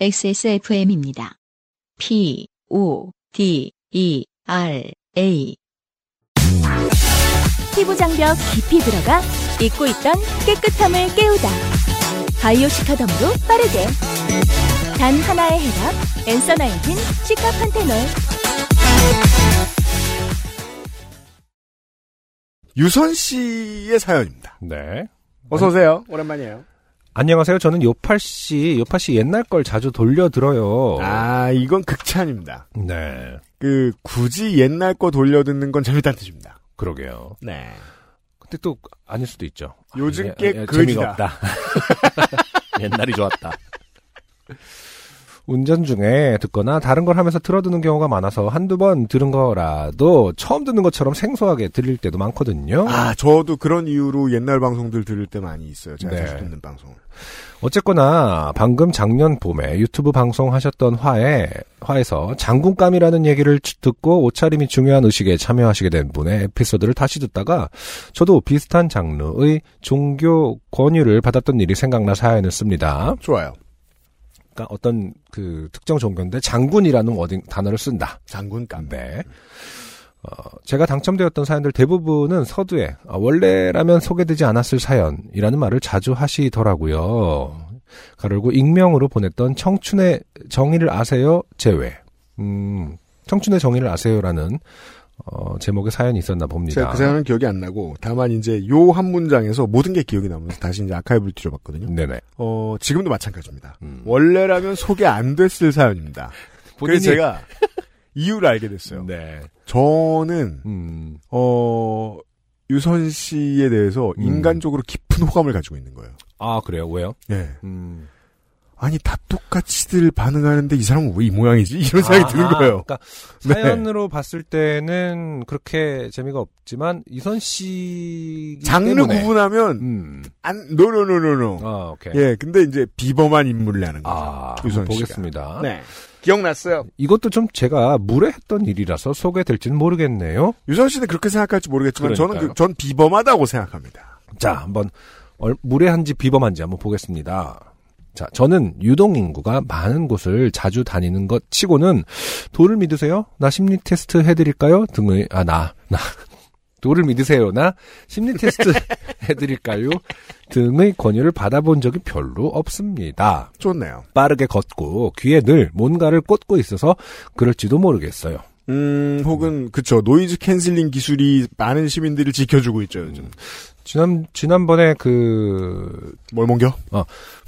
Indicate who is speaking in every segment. Speaker 1: XSFM입니다. P, O, D, E, R, A.
Speaker 2: 피부 장벽 깊이 들어가 잊고 있던 깨끗함을 깨우다. 바이오 시카덤으로 빠르게. 단 하나의 해답. 엔서 나인틴 시카 판테놀.
Speaker 3: 유선 씨의 사연입니다.
Speaker 4: 네.
Speaker 3: 어서 오세요. 오랜만이에요.
Speaker 4: 안녕하세요. 저는 요파 씨, 요파 씨 옛날 걸 자주 돌려 들어요.
Speaker 3: 아 이건 극찬입니다.
Speaker 4: 네.
Speaker 3: 그 굳이 옛날 거 돌려 듣는 건 재밌다는 뜻입니다.
Speaker 4: 그러게요.
Speaker 3: 네.
Speaker 4: 근데 또 아닐 수도 있죠.
Speaker 3: 요즘
Speaker 4: 아,
Speaker 3: 게
Speaker 4: 예, 예,
Speaker 3: 그지다.
Speaker 4: 재미가 없다. 옛날이 좋았다. 운전 중에 듣거나 다른 걸 하면서 들어두는 경우가 많아서 한두 번 들은 거라도 처음 듣는 것처럼 생소하게 들릴 때도 많거든요.
Speaker 3: 아 저도 그런 이유로 옛날 방송들 들을 때 많이 있어요. 제가
Speaker 4: 네.
Speaker 3: 자주 듣는 방송.
Speaker 4: 어쨌거나 방금 작년 봄에 유튜브 방송하셨던 화에 화에서 장군감이라는 얘기를 추- 듣고 옷차림이 중요한 의식에 참여하시게 된 분의 에피소드를 다시 듣다가 저도 비슷한 장르의 종교 권유를 받았던 일이 생각나 사연을 씁니다.
Speaker 3: 좋아요.
Speaker 4: 그러니까 어떤 그 특정 종교인데 장군이라는 워딩 단어를 쓴다.
Speaker 3: 장군감.
Speaker 4: 네. 어, 제가 당첨되었던 사연들 대부분은 서두에 아, 원래라면 소개되지 않았을 사연이라는 말을 자주 하시더라고요. 가르고 익명으로 보냈던 청춘의 정의를 아세요 제외. 음, 청춘의 정의를 아세요라는 어, 제목의 사연이 있었나 봅니다.
Speaker 3: 제가 그 사연은 기억이 안 나고 다만 이제 요 한 문장에서 모든 게 기억이 나면서 다시 이제 아카이브를 뒤져봤거든요.
Speaker 4: 네네.
Speaker 3: 어 지금도 마찬가지입니다.
Speaker 4: 음.
Speaker 3: 원래라면 소개 안 됐을 사연입니다. 그래서 제가 이유를 알게 됐어요.
Speaker 4: 네.
Speaker 3: 저는
Speaker 4: 음,
Speaker 3: 어, 유선 씨에 대해서
Speaker 4: 음.
Speaker 3: 인간적으로 깊은 호감을 가지고 있는 거예요.
Speaker 4: 아 그래요 왜요?
Speaker 3: 예.
Speaker 4: 음.
Speaker 3: 아니, 다 똑같이들 반응하는데 이그 사람은 왜 이 모양이지? 이런 생각이
Speaker 4: 아,
Speaker 3: 드는 거예요.
Speaker 4: 그러니까
Speaker 3: 네.
Speaker 4: 사연으로 봤을 때는 그렇게 재미가 없지만 이선 씨
Speaker 3: 장르
Speaker 4: 때문에.
Speaker 3: 구분하면,
Speaker 4: 음.
Speaker 3: 안, 노노노노노.
Speaker 4: 아, 오케이.
Speaker 3: 예, 근데 이제 비범한 인물을 하는 거죠.
Speaker 4: 아,
Speaker 3: 유선 씨가.
Speaker 4: 보겠습니다.
Speaker 3: 네. 기억났어요.
Speaker 4: 이것도 좀 제가 무례했던 일이라서 소개될지는 모르겠네요.
Speaker 3: 유선 씨는 그렇게 생각할지 모르겠지만 저는
Speaker 4: 그러니까요.
Speaker 3: 그, 전 비범하다고 생각합니다.
Speaker 4: 자, 한번 얼- 무례한지 비범한지 한번 보겠습니다. 자, 저는 유동 인구가 많은 곳을 자주 다니는 것 치고는 도를 믿으세요? 나 심리 테스트 해드릴까요? 등의 아 나 나. 도를 믿으세요? 나 심리 테스트 해드릴까요? 등의 권유를 받아본 적이 별로 없습니다.
Speaker 3: 좋네요.
Speaker 4: 빠르게 걷고 귀에 늘 뭔가를 꽂고 있어서 그럴지도 모르겠어요.
Speaker 3: 음, 혹은, 그쵸, 노이즈 캔슬링 기술이 많은 시민들을 지켜주고 있죠, 요즘.
Speaker 4: 음. 지난 지난번에 그
Speaker 3: 뭘 몽겨?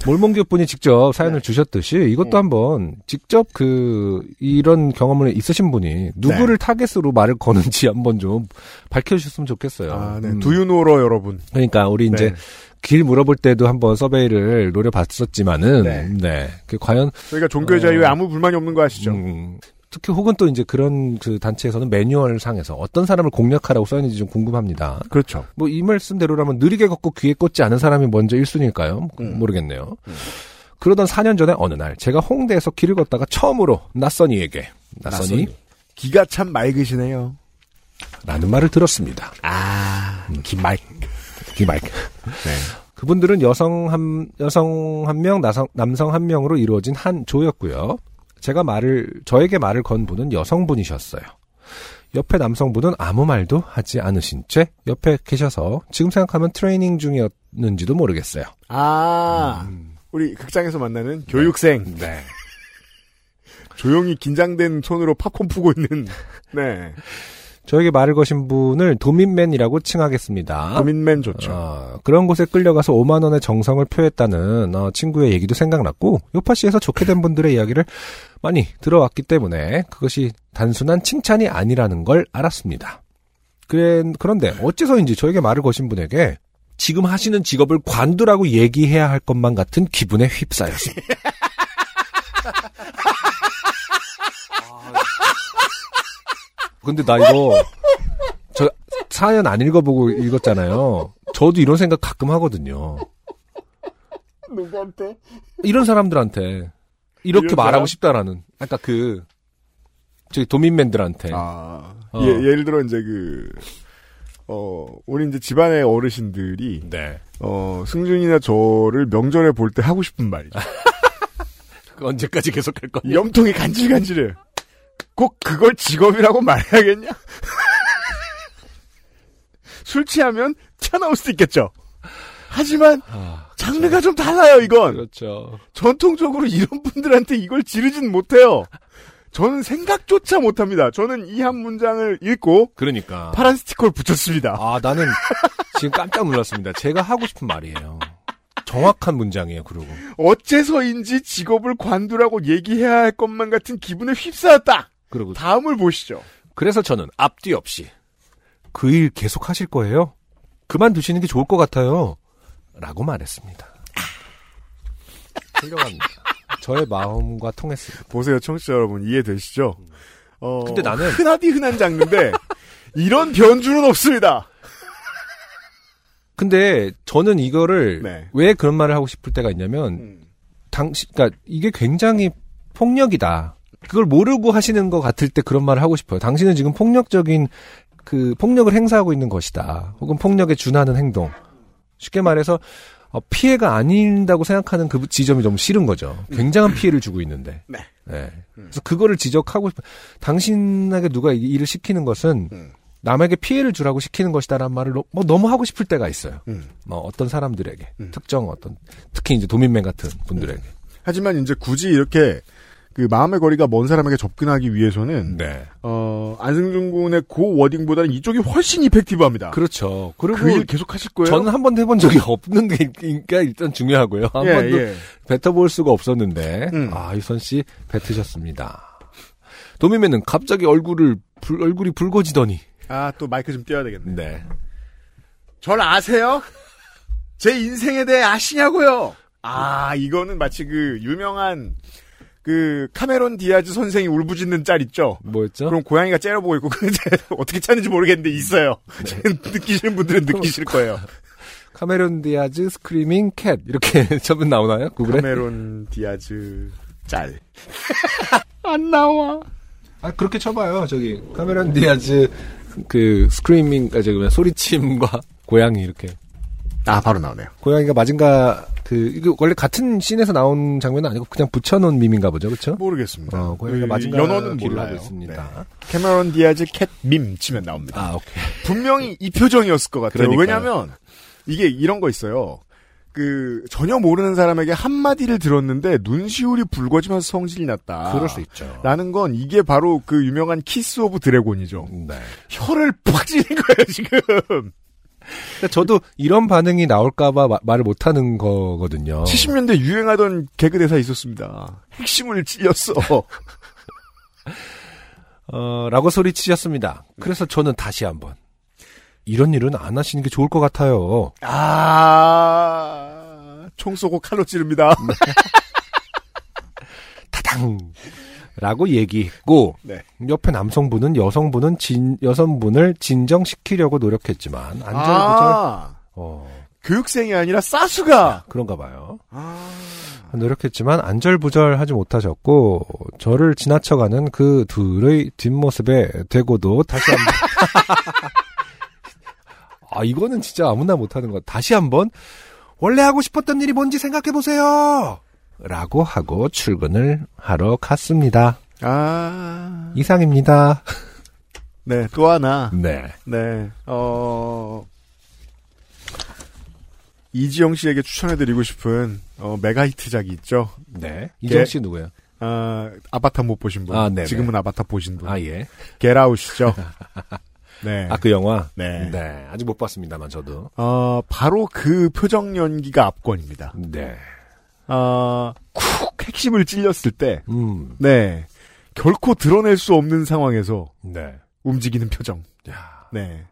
Speaker 4: 몰몬교 분이 직접 사연을 주셨듯이 이것도 한번 직접 그 이런 경험을 있으신 분이 누구를 타겟으로 말을 거는지 한번 좀 밝혀주셨으면 좋겠어요.
Speaker 3: 아, 네.
Speaker 4: 음.
Speaker 3: 두유노러 여러분.
Speaker 4: 그러니까 우리 이제
Speaker 3: 네.
Speaker 4: 길 물어볼 때도 한번 서베이를 노려봤었지만은
Speaker 3: 네.
Speaker 4: 네, 그 과연
Speaker 3: 저희가 종교의 자유에 아무 불만이 없는 거 아시죠?
Speaker 4: 음, 특히 혹은 또 이제 그런 그 단체에서는 매뉴얼 상에서 어떤 사람을 공략하라고 써있는지 좀 궁금합니다.
Speaker 3: 그렇죠.
Speaker 4: 뭐 이 말씀대로라면 느리게 걷고 귀에 꽂지 않은 사람이 먼저 1순위일까요?
Speaker 3: 음.
Speaker 4: 모르겠네요. 그러던 4년 전에 어느 날 제가 홍대에서 길을 걷다가 처음으로 낯선이에게 낯선이
Speaker 3: 기가 참 맑으시네요.
Speaker 4: 라는 말을 들었습니다.
Speaker 3: 아, 기말.
Speaker 4: 이 말. 네. 그분들은 여성 한 여성 한 명, 나성- 남성 한 명으로 이루어진 한 조였고요. 제가 말을 저에게 말을 건 분은 여성분이셨어요. 옆에 남성분은 아무 말도 하지 않으신 채 옆에 계셔서 지금 생각하면 트레이닝 중이었는지도 모르겠어요.
Speaker 3: 아, 우리 극장에서 만나는 교육생.
Speaker 4: 음. 네.
Speaker 3: 조용히 긴장된 손으로 팝콘 푸고 있는, 네.
Speaker 4: 저에게 말을 거신 분을 도민맨이라고 칭하겠습니다.
Speaker 3: 도민맨 좋죠.
Speaker 4: 어, 그런 곳에 끌려가서 5만 원의 정성을 표했다는 어, 친구의 얘기도 생각났고 요파시에서 좋게 된 분들의 이야기를 많이 들어왔기 때문에 그것이 단순한 칭찬이 아니라는 걸 알았습니다. 그래, 그런데 어째서인지 저에게 말을 거신 분에게 지금 하시는 직업을 관두라고 얘기해야 할 것만 같은 기분에 휩싸였습니다. 근데 나 이거 저 사연 안 읽어보고 읽었잖아요. 저도 이런 생각 가끔 하거든요.
Speaker 3: 누구한테?
Speaker 4: 이런 사람들한테 이렇게
Speaker 3: 이런 사람?
Speaker 4: 말하고 싶다라는 아까 그 저기 도민맨들한테
Speaker 3: 아,
Speaker 4: 어.
Speaker 3: 예, 예를 들어 이제 그, 어, 우리 이제 집안의 어르신들이,
Speaker 4: 네.
Speaker 3: 어, 승준이나 저를 명절에 볼 때 하고 싶은 말이죠.
Speaker 4: 언제까지 계속할 거냐?
Speaker 3: 염통이 간질간질해. 꼭 그걸 직업이라고 말해야겠냐? 술 취하면 튀어나올 수도 있겠죠. 하지만
Speaker 4: 아,
Speaker 3: 장르가 좀 달라요, 이건.
Speaker 4: 그렇죠.
Speaker 3: 전통적으로 이런 분들한테 이걸 지르진 못해요. 저는 생각조차 못합니다. 저는 이 한 문장을 읽고
Speaker 4: 그러니까.
Speaker 3: 파란 스티커를 붙였습니다.
Speaker 4: 아, 나는 지금 깜짝 놀랐습니다. 제가 하고 싶은 말이에요. 정확한 문장이에요, 그리고.
Speaker 3: 어째서인지 직업을 관두라고 얘기해야 할 것만 같은 기분에 휩싸였다.
Speaker 4: 그리고
Speaker 3: 다음을 보시죠.
Speaker 4: 그래서 저는 앞뒤 없이 그 일 계속 하실 거예요? 그만두시는 게 좋을 것 같아요. 라고 말했습니다. 훌륭합니다. 저의 마음과 통했습니다.
Speaker 3: 보세요, 청취자 여러분. 이해되시죠? 어,
Speaker 4: 음. 근데 나는-
Speaker 3: 흔하디 흔한 장르인데, 이런 변주는 없습니다.
Speaker 4: 근데 저는 이거를
Speaker 3: 네. 음.
Speaker 4: 왜 그런 말을 하고 싶을 때가 있냐면 당시 그러니까 이게 굉장히 폭력이다. 그걸 모르고 하시는 것 같을 때 그런 말을 하고 싶어요. 당신은 지금 폭력적인 그 폭력을 행사하고 있는 것이다. 혹은 폭력에 준하는 행동. 쉽게 말해서 어, 피해가 아닌다고 생각하는 그 지점이 좀 싫은 거죠. 굉장한 피해를 주고 있는데.
Speaker 3: 네.
Speaker 4: 예. 그래서 그거를 지적하고 싶어. 당신에게 누가 이 일을 시키는 것은
Speaker 3: 음.
Speaker 4: 남에게 피해를 주라고 시키는 것이다라는 말을 너- 뭐 너무 하고 싶을 때가 있어요.
Speaker 3: 음.
Speaker 4: 뭐 어떤 사람들에게
Speaker 3: 음.
Speaker 4: 특정 어떤 특히 이제 도민맨 같은 분들에게.
Speaker 3: 하지만 이제 굳이 이렇게, 그 마음의 거리가 먼 사람에게 접근하기 위해서는,
Speaker 4: 네.
Speaker 3: 어, 안승준 군의 고 워딩보다는 이쪽이 훨씬 이펙티브합니다.
Speaker 4: 그렇죠. 그리고
Speaker 3: 아. 그 일 계속 하실 거예요?
Speaker 4: 저는 한 번도 해본 적이 없는 게 그러니까 일단 중요하고요. 한
Speaker 3: 예,
Speaker 4: 번도
Speaker 3: 예.
Speaker 4: 뱉어볼 수가 없었는데
Speaker 3: 음.
Speaker 4: 아 유선 씨 뱉으셨습니다. 도미맨은 갑자기 얼굴을 불- 얼굴이 붉어지더니
Speaker 3: 아, 또 마이크 좀 띄워야 되겠네.
Speaker 4: 네.
Speaker 3: 절 아세요? 제 인생에 대해 아시냐고요?
Speaker 4: 음.
Speaker 3: 아, 이거는 마치 그 유명한 그 카메론 디아즈 선생이 울부짖는 짤 있죠?
Speaker 4: 뭐였죠?
Speaker 3: 그럼 고양이가 째려보고 있고 근데 어떻게 찾는지 모르겠는데 있어요.
Speaker 4: 네.
Speaker 3: 느끼시는 분들은 느끼실 거예요.
Speaker 4: 카메론 디아즈 스크리밍 캣 이렇게 처음 나오나요? 구글에?
Speaker 3: 카메론 디아즈 짤. 안 나와.
Speaker 4: 아 그렇게 쳐봐요. 저기 카메론 디아즈 그 스크리밍 아 저기 뭐야, 소리침과 고양이 이렇게
Speaker 3: 아 바로 나오네요.
Speaker 4: 고양이가 마징가 그 이거 원래 같은 씬에서 나온 장면은 아니고 그냥 붙여놓은 밈인가 보죠, 그렇죠?
Speaker 3: 모르겠습니다.
Speaker 4: 어, 고양이가
Speaker 3: 이
Speaker 4: 마징가
Speaker 3: 네. 그 연어는
Speaker 4: 길을
Speaker 3: 몰라요. 네.
Speaker 4: 하고 있습니다.
Speaker 3: 캐머런 디아즈 캣 밈 치면 나옵니다.
Speaker 4: 아 오케이.
Speaker 3: 분명히 이 표정이었을 것 같아요.
Speaker 4: 그러니까요.
Speaker 3: 왜냐하면 이게 이런 거 있어요. 그 전혀 모르는 사람에게 한 마디를 들었는데 눈시울이 붉어지면서 성질이 났다.
Speaker 4: 그럴 수 있죠.
Speaker 3: 라는 건 이게 바로 그 유명한 키스 오브 드래곤이죠.
Speaker 4: 네.
Speaker 3: 혀를 팍 찌는 거예요 지금.
Speaker 4: 그러니까 저도 이런 반응이 나올까봐 마- 말을 못하는 거거든요.
Speaker 3: 70년대 유행하던 개그 대사 있었습니다. 핵심을 찔렸어.
Speaker 4: 어, 라고 소리치셨습니다. 그래서 저는 다시 한번 이런 일은 안 하시는 게 좋을 것 같아요.
Speaker 3: 아, 총 쏘고 칼로 찌릅니다.
Speaker 4: 타당. 라고 얘기했고
Speaker 3: 네.
Speaker 4: 옆에 남성분은 여성분은 진 여성분을 진정시키려고 노력했지만 안절부절
Speaker 3: 아,
Speaker 4: 어,
Speaker 3: 교육생이 아니라 싸수가.
Speaker 4: 그런가 봐요.
Speaker 3: 아,
Speaker 4: 노력했지만 안절부절하지 못하셨고 저를 지나쳐가는 그 둘의 뒷모습에 대고도 다시 한번 아 이거는 진짜 아무나 못하는 것 다시 한번 원래 하고 싶었던 일이 뭔지 생각해 보세요 라고 하고 출근을 하러 갔습니다
Speaker 3: 아.
Speaker 4: 이상입니다
Speaker 3: 네, 또 하나.
Speaker 4: 네
Speaker 3: 네, 어, 이지영 씨에게 추천해드리고 싶은, 어, 메가히트작이 있죠.
Speaker 4: 네. 이정 씨 누구예요?
Speaker 3: 아, 아바타 못 보신 분.
Speaker 4: 아, 네네.
Speaker 3: 지금은 아바타 보신 분.
Speaker 4: 아, 예.
Speaker 3: 겟아웃이죠. 네.
Speaker 4: 아, 그 영화?
Speaker 3: 네.
Speaker 4: 네. 아직 못 봤습니다만, 저도.
Speaker 3: 어, 바로 그 표정 연기가 압권입니다.
Speaker 4: 네.
Speaker 3: 아, 쿡! 핵심을 찔렸을 때,
Speaker 4: 음,
Speaker 3: 네. 결코 드러낼 수 없는 상황에서
Speaker 4: 네.
Speaker 3: 움직이는 표정.
Speaker 4: 야,
Speaker 3: 네.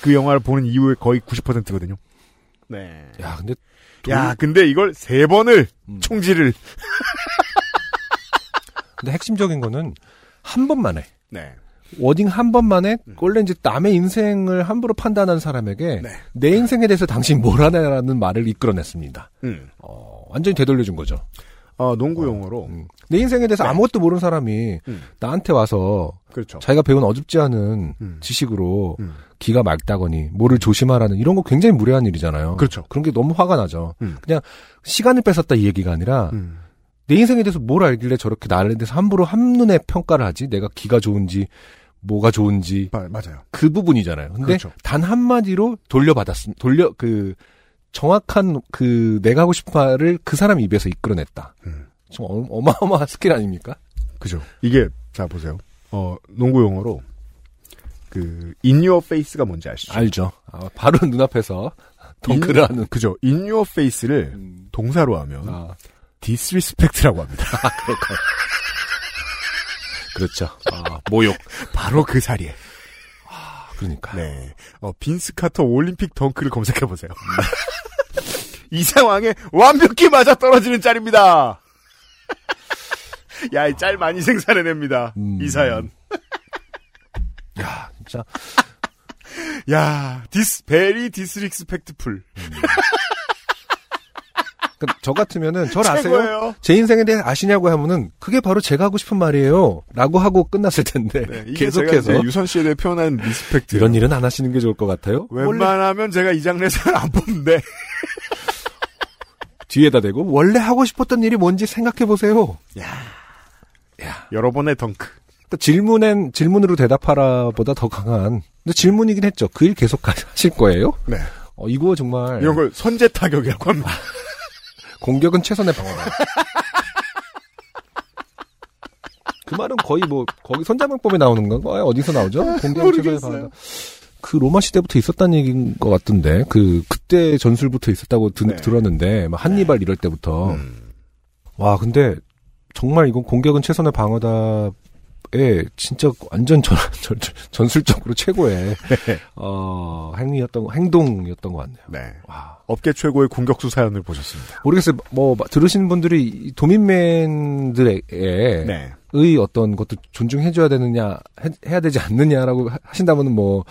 Speaker 3: 그 영화를 보는 이후에 거의 90%거든요. 네.
Speaker 4: 야, 근데
Speaker 3: 야, 근데 이걸 세 번을
Speaker 4: 음.
Speaker 3: 총질을.
Speaker 4: 근데 핵심적인 거는 한 번만 해.
Speaker 3: 네.
Speaker 4: 워딩 한 번만 해.
Speaker 3: 음.
Speaker 4: 원래 이제 남의 인생을 함부로 판단한 사람에게
Speaker 3: 네.
Speaker 4: 내 인생에 대해서 당신 뭘 하냐라는 말을 이끌어냈습니다.
Speaker 3: 음.
Speaker 4: 어, 완전히 되돌려준 거죠.
Speaker 3: 어, 농구 용어로.
Speaker 4: 음. 내 인생에 대해서
Speaker 3: 네.
Speaker 4: 아무것도 모르는 사람이
Speaker 3: 음.
Speaker 4: 나한테 와서
Speaker 3: 그렇죠.
Speaker 4: 자기가 배운 어줍지 않은
Speaker 3: 음.
Speaker 4: 지식으로
Speaker 3: 음.
Speaker 4: 기가 맑다거니 뭐를 조심하라는 이런 거 굉장히 무례한 일이잖아요.
Speaker 3: 그렇죠.
Speaker 4: 그런 게 너무 화가 나죠.
Speaker 3: 음.
Speaker 4: 그냥 시간을 뺏었다 이 얘기가 아니라
Speaker 3: 음.
Speaker 4: 내 인생에 대해서 뭘 알길래 저렇게 나를 대해서 함부로 한눈에 평가를 하지? 내가 기가 좋은지, 뭐가 좋은지,
Speaker 3: 마- 맞아요.
Speaker 4: 그 부분이잖아요. 근데
Speaker 3: 그렇죠.
Speaker 4: 단 한마디로 돌려받았음, 돌려, 그, 정확한 그, 내가 하고 싶은 말을 그 사람 입에서 이끌어냈다.
Speaker 3: 음.
Speaker 4: 좀 어- 어마어마한 스킬 아닙니까?
Speaker 3: 그죠. 이게 자 보세요. 어 농구 용어로 그 인유어 페이스가 뭔지 아시죠?
Speaker 4: 알죠. 아, 바로 눈앞에서 덩크를
Speaker 3: 인-
Speaker 4: 하는.
Speaker 3: 그죠. 인유어 페이스를
Speaker 4: 음.
Speaker 3: 동사로 하면
Speaker 4: 아,
Speaker 3: 디스리스펙트라고 합니다.
Speaker 4: 그렇죠. 아, 모욕.
Speaker 3: 바로 그 자리에.
Speaker 4: 그러니까.
Speaker 3: 네. 어, 빈스 카터 올림픽 덩크를 검색해 보세요. 이 상황에 완벽히 맞아 떨어지는 짤입니다. 야, 이 짤 많이 생산해냅니다.
Speaker 4: 음.
Speaker 3: 이 사연.
Speaker 4: 야, 진짜.
Speaker 3: 야, 디스 베리 디스리스펙트풀.
Speaker 4: 그, 저 같으면은, 절 아세요?
Speaker 3: 최고예요.
Speaker 4: 제 인생에 대해 아시냐고 하면은 그게 바로 제가 하고 싶은 말이에요. 라고 하고 끝났을 텐데
Speaker 3: 네, 이게 제가
Speaker 4: 계속해서
Speaker 3: 이제 유선 씨에 대해 표현한 리스펙트.
Speaker 4: 이런 일은 안 하시는 게 좋을 것 같아요. 원래
Speaker 3: 웬만하면 제가 이 장르에서는 안 뽑는데.
Speaker 4: 뒤에다 대고 원래 하고 싶었던 일이 뭔지 생각해 보세요.
Speaker 3: 여러 번의 덩크.
Speaker 4: 그러니까 질문엔 질문으로 대답하라보다 더 강한. 근데 질문이긴 했죠. 그 일 계속 하실 거예요?
Speaker 3: 네.
Speaker 4: 어, 이거 정말
Speaker 3: 이런 걸 선제 타격이라고 합니다.
Speaker 4: 공격은 최선의 방어다. 그 말은 거의 뭐 거기 선자방법에 나오는 건가요? 아, 어디서 나오죠? 공격은 최선의
Speaker 3: 모르겠어요.
Speaker 4: 방어다. 그 로마 시대부터 있었다는 얘기인 것 같은데 그 그때 전술부터 있었다고 드-
Speaker 3: 네.
Speaker 4: 들었는데 막 한니발 이럴 때부터
Speaker 3: 음.
Speaker 4: 와 근데 정말 이건 공격은 최선의 방어다에 진짜 완전 전, 전, 술적으로 최고의 어, 행위였던 행동이었던 것 같네요.
Speaker 3: 네.
Speaker 4: 와
Speaker 3: 업계 최고의 공격수 사연을 보셨습니다.
Speaker 4: 모르겠어요. 뭐 마- 들으시는 분들이 이 도민맨들의
Speaker 3: 네.
Speaker 4: 의 어떤 것도 존중해줘야 되느냐 해, 해야 되지 않느냐라고 하- 하신다면은 뭐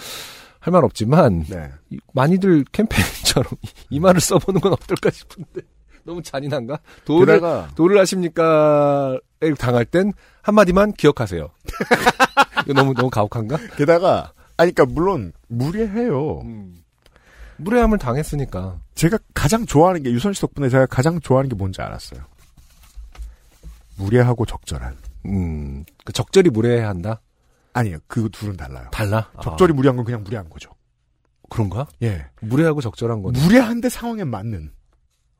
Speaker 4: 할 말 없지만
Speaker 3: 네.
Speaker 4: 이- 많이들 캠페인처럼 이- 이 말을 써보는 건 어떨까 싶은데 너무 잔인한가? 도를
Speaker 3: 게다가
Speaker 4: 도를 아십니까? 를 당할 땐 한마디만 기억하세요. 이거 너무 너무 가혹한가?
Speaker 3: 게다가 아니 그러니까 물론 무례해요.
Speaker 4: 무례함을 당했으니까.
Speaker 3: 제가 가장 좋아하는 게 유선 씨 덕분에 제가 가장 좋아하는 게 뭔지 알았어요. 무례하고 적절한.
Speaker 4: 음, 그 적절히 무례해야 한다.
Speaker 3: 아니요. 그 둘은 달라요.
Speaker 4: 달라.
Speaker 3: 적절히 무례한 건 그냥 무례한 거죠.
Speaker 4: 아, 그런가?
Speaker 3: 예.
Speaker 4: 무례하고 적절한 건.
Speaker 3: 무례한데 상황에 맞는.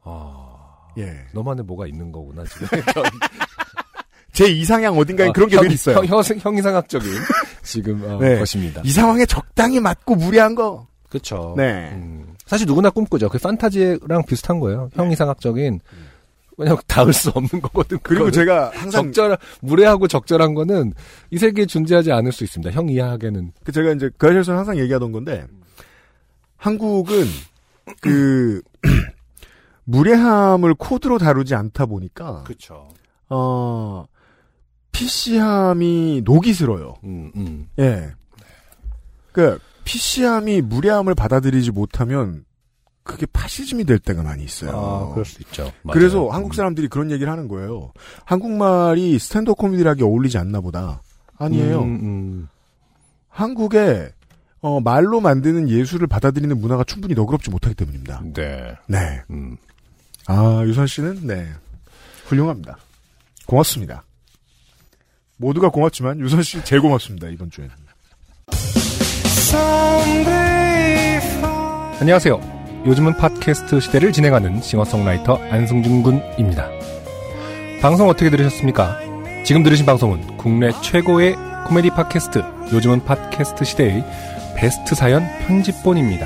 Speaker 4: 아,
Speaker 3: 예.
Speaker 4: 너만에 뭐가 있는 거구나 지금.
Speaker 3: 제 이상향 어딘가에 그러니까 그런 게
Speaker 4: 아,
Speaker 3: 늘
Speaker 4: 형-
Speaker 3: 있어요.
Speaker 4: 형, 형, 이상학적인 지금 어,
Speaker 3: 네.
Speaker 4: 것입니다.
Speaker 3: 이 상황에 적당히 맞고 무례한 거.
Speaker 4: 그렇죠.
Speaker 3: 네.
Speaker 4: 음, 사실 누구나 꿈꾸죠. 그 판타지랑 비슷한 거예요. 형 이상학적인. 왜냐면 닿을 수 없는 거거든.
Speaker 3: 네. 그리고
Speaker 4: 그거는.
Speaker 3: 제가 항상
Speaker 4: 적절 무례하고 적절한 거는 이 세계에 존재하지 않을 수 있습니다. 형 이하에는
Speaker 3: 그 제가 이제 그 자리에서 항상 얘기하던 건데 한국은 그 무례함을 코드로 다루지 않다 보니까
Speaker 4: 그렇죠.
Speaker 3: 어 PC함이 녹이 슬어요.
Speaker 4: 음, 음.
Speaker 3: 예. 그 PC함이 무례함을 받아들이지 못하면 그게 파시즘이 될 때가 많이 있어요.
Speaker 4: 아, 그럴 수 있죠. 맞아요.
Speaker 3: 네. 그래서 한국
Speaker 4: 음.
Speaker 3: 사람들이 그런 얘기를 하는 거예요. 한국말이 스탠드 코미디하게 어울리지 않나 보다. 아니에요.
Speaker 4: 음, 음.
Speaker 3: 한국에 어, 말로 만드는 예술을 받아들이는 문화가 충분히 너그럽지 못하기 때문입니다.
Speaker 4: 네.
Speaker 3: 네.
Speaker 4: 음.
Speaker 3: 아, 유선 씨는 네. 훌륭합니다. 고맙습니다. 모두가 고맙지만 유선 씨 제일 고맙습니다. 이번 주에는.
Speaker 4: 안녕하세요. 요즘은 팟캐스트 시대를 진행하는 싱어송라이터 안승준 군입니다. 방송 어떻게 들으셨습니까? 지금 들으신 방송은 국내 최고의 코미디 팟캐스트 요즘은 팟캐스트 시대의 베스트 사연 편집본입니다.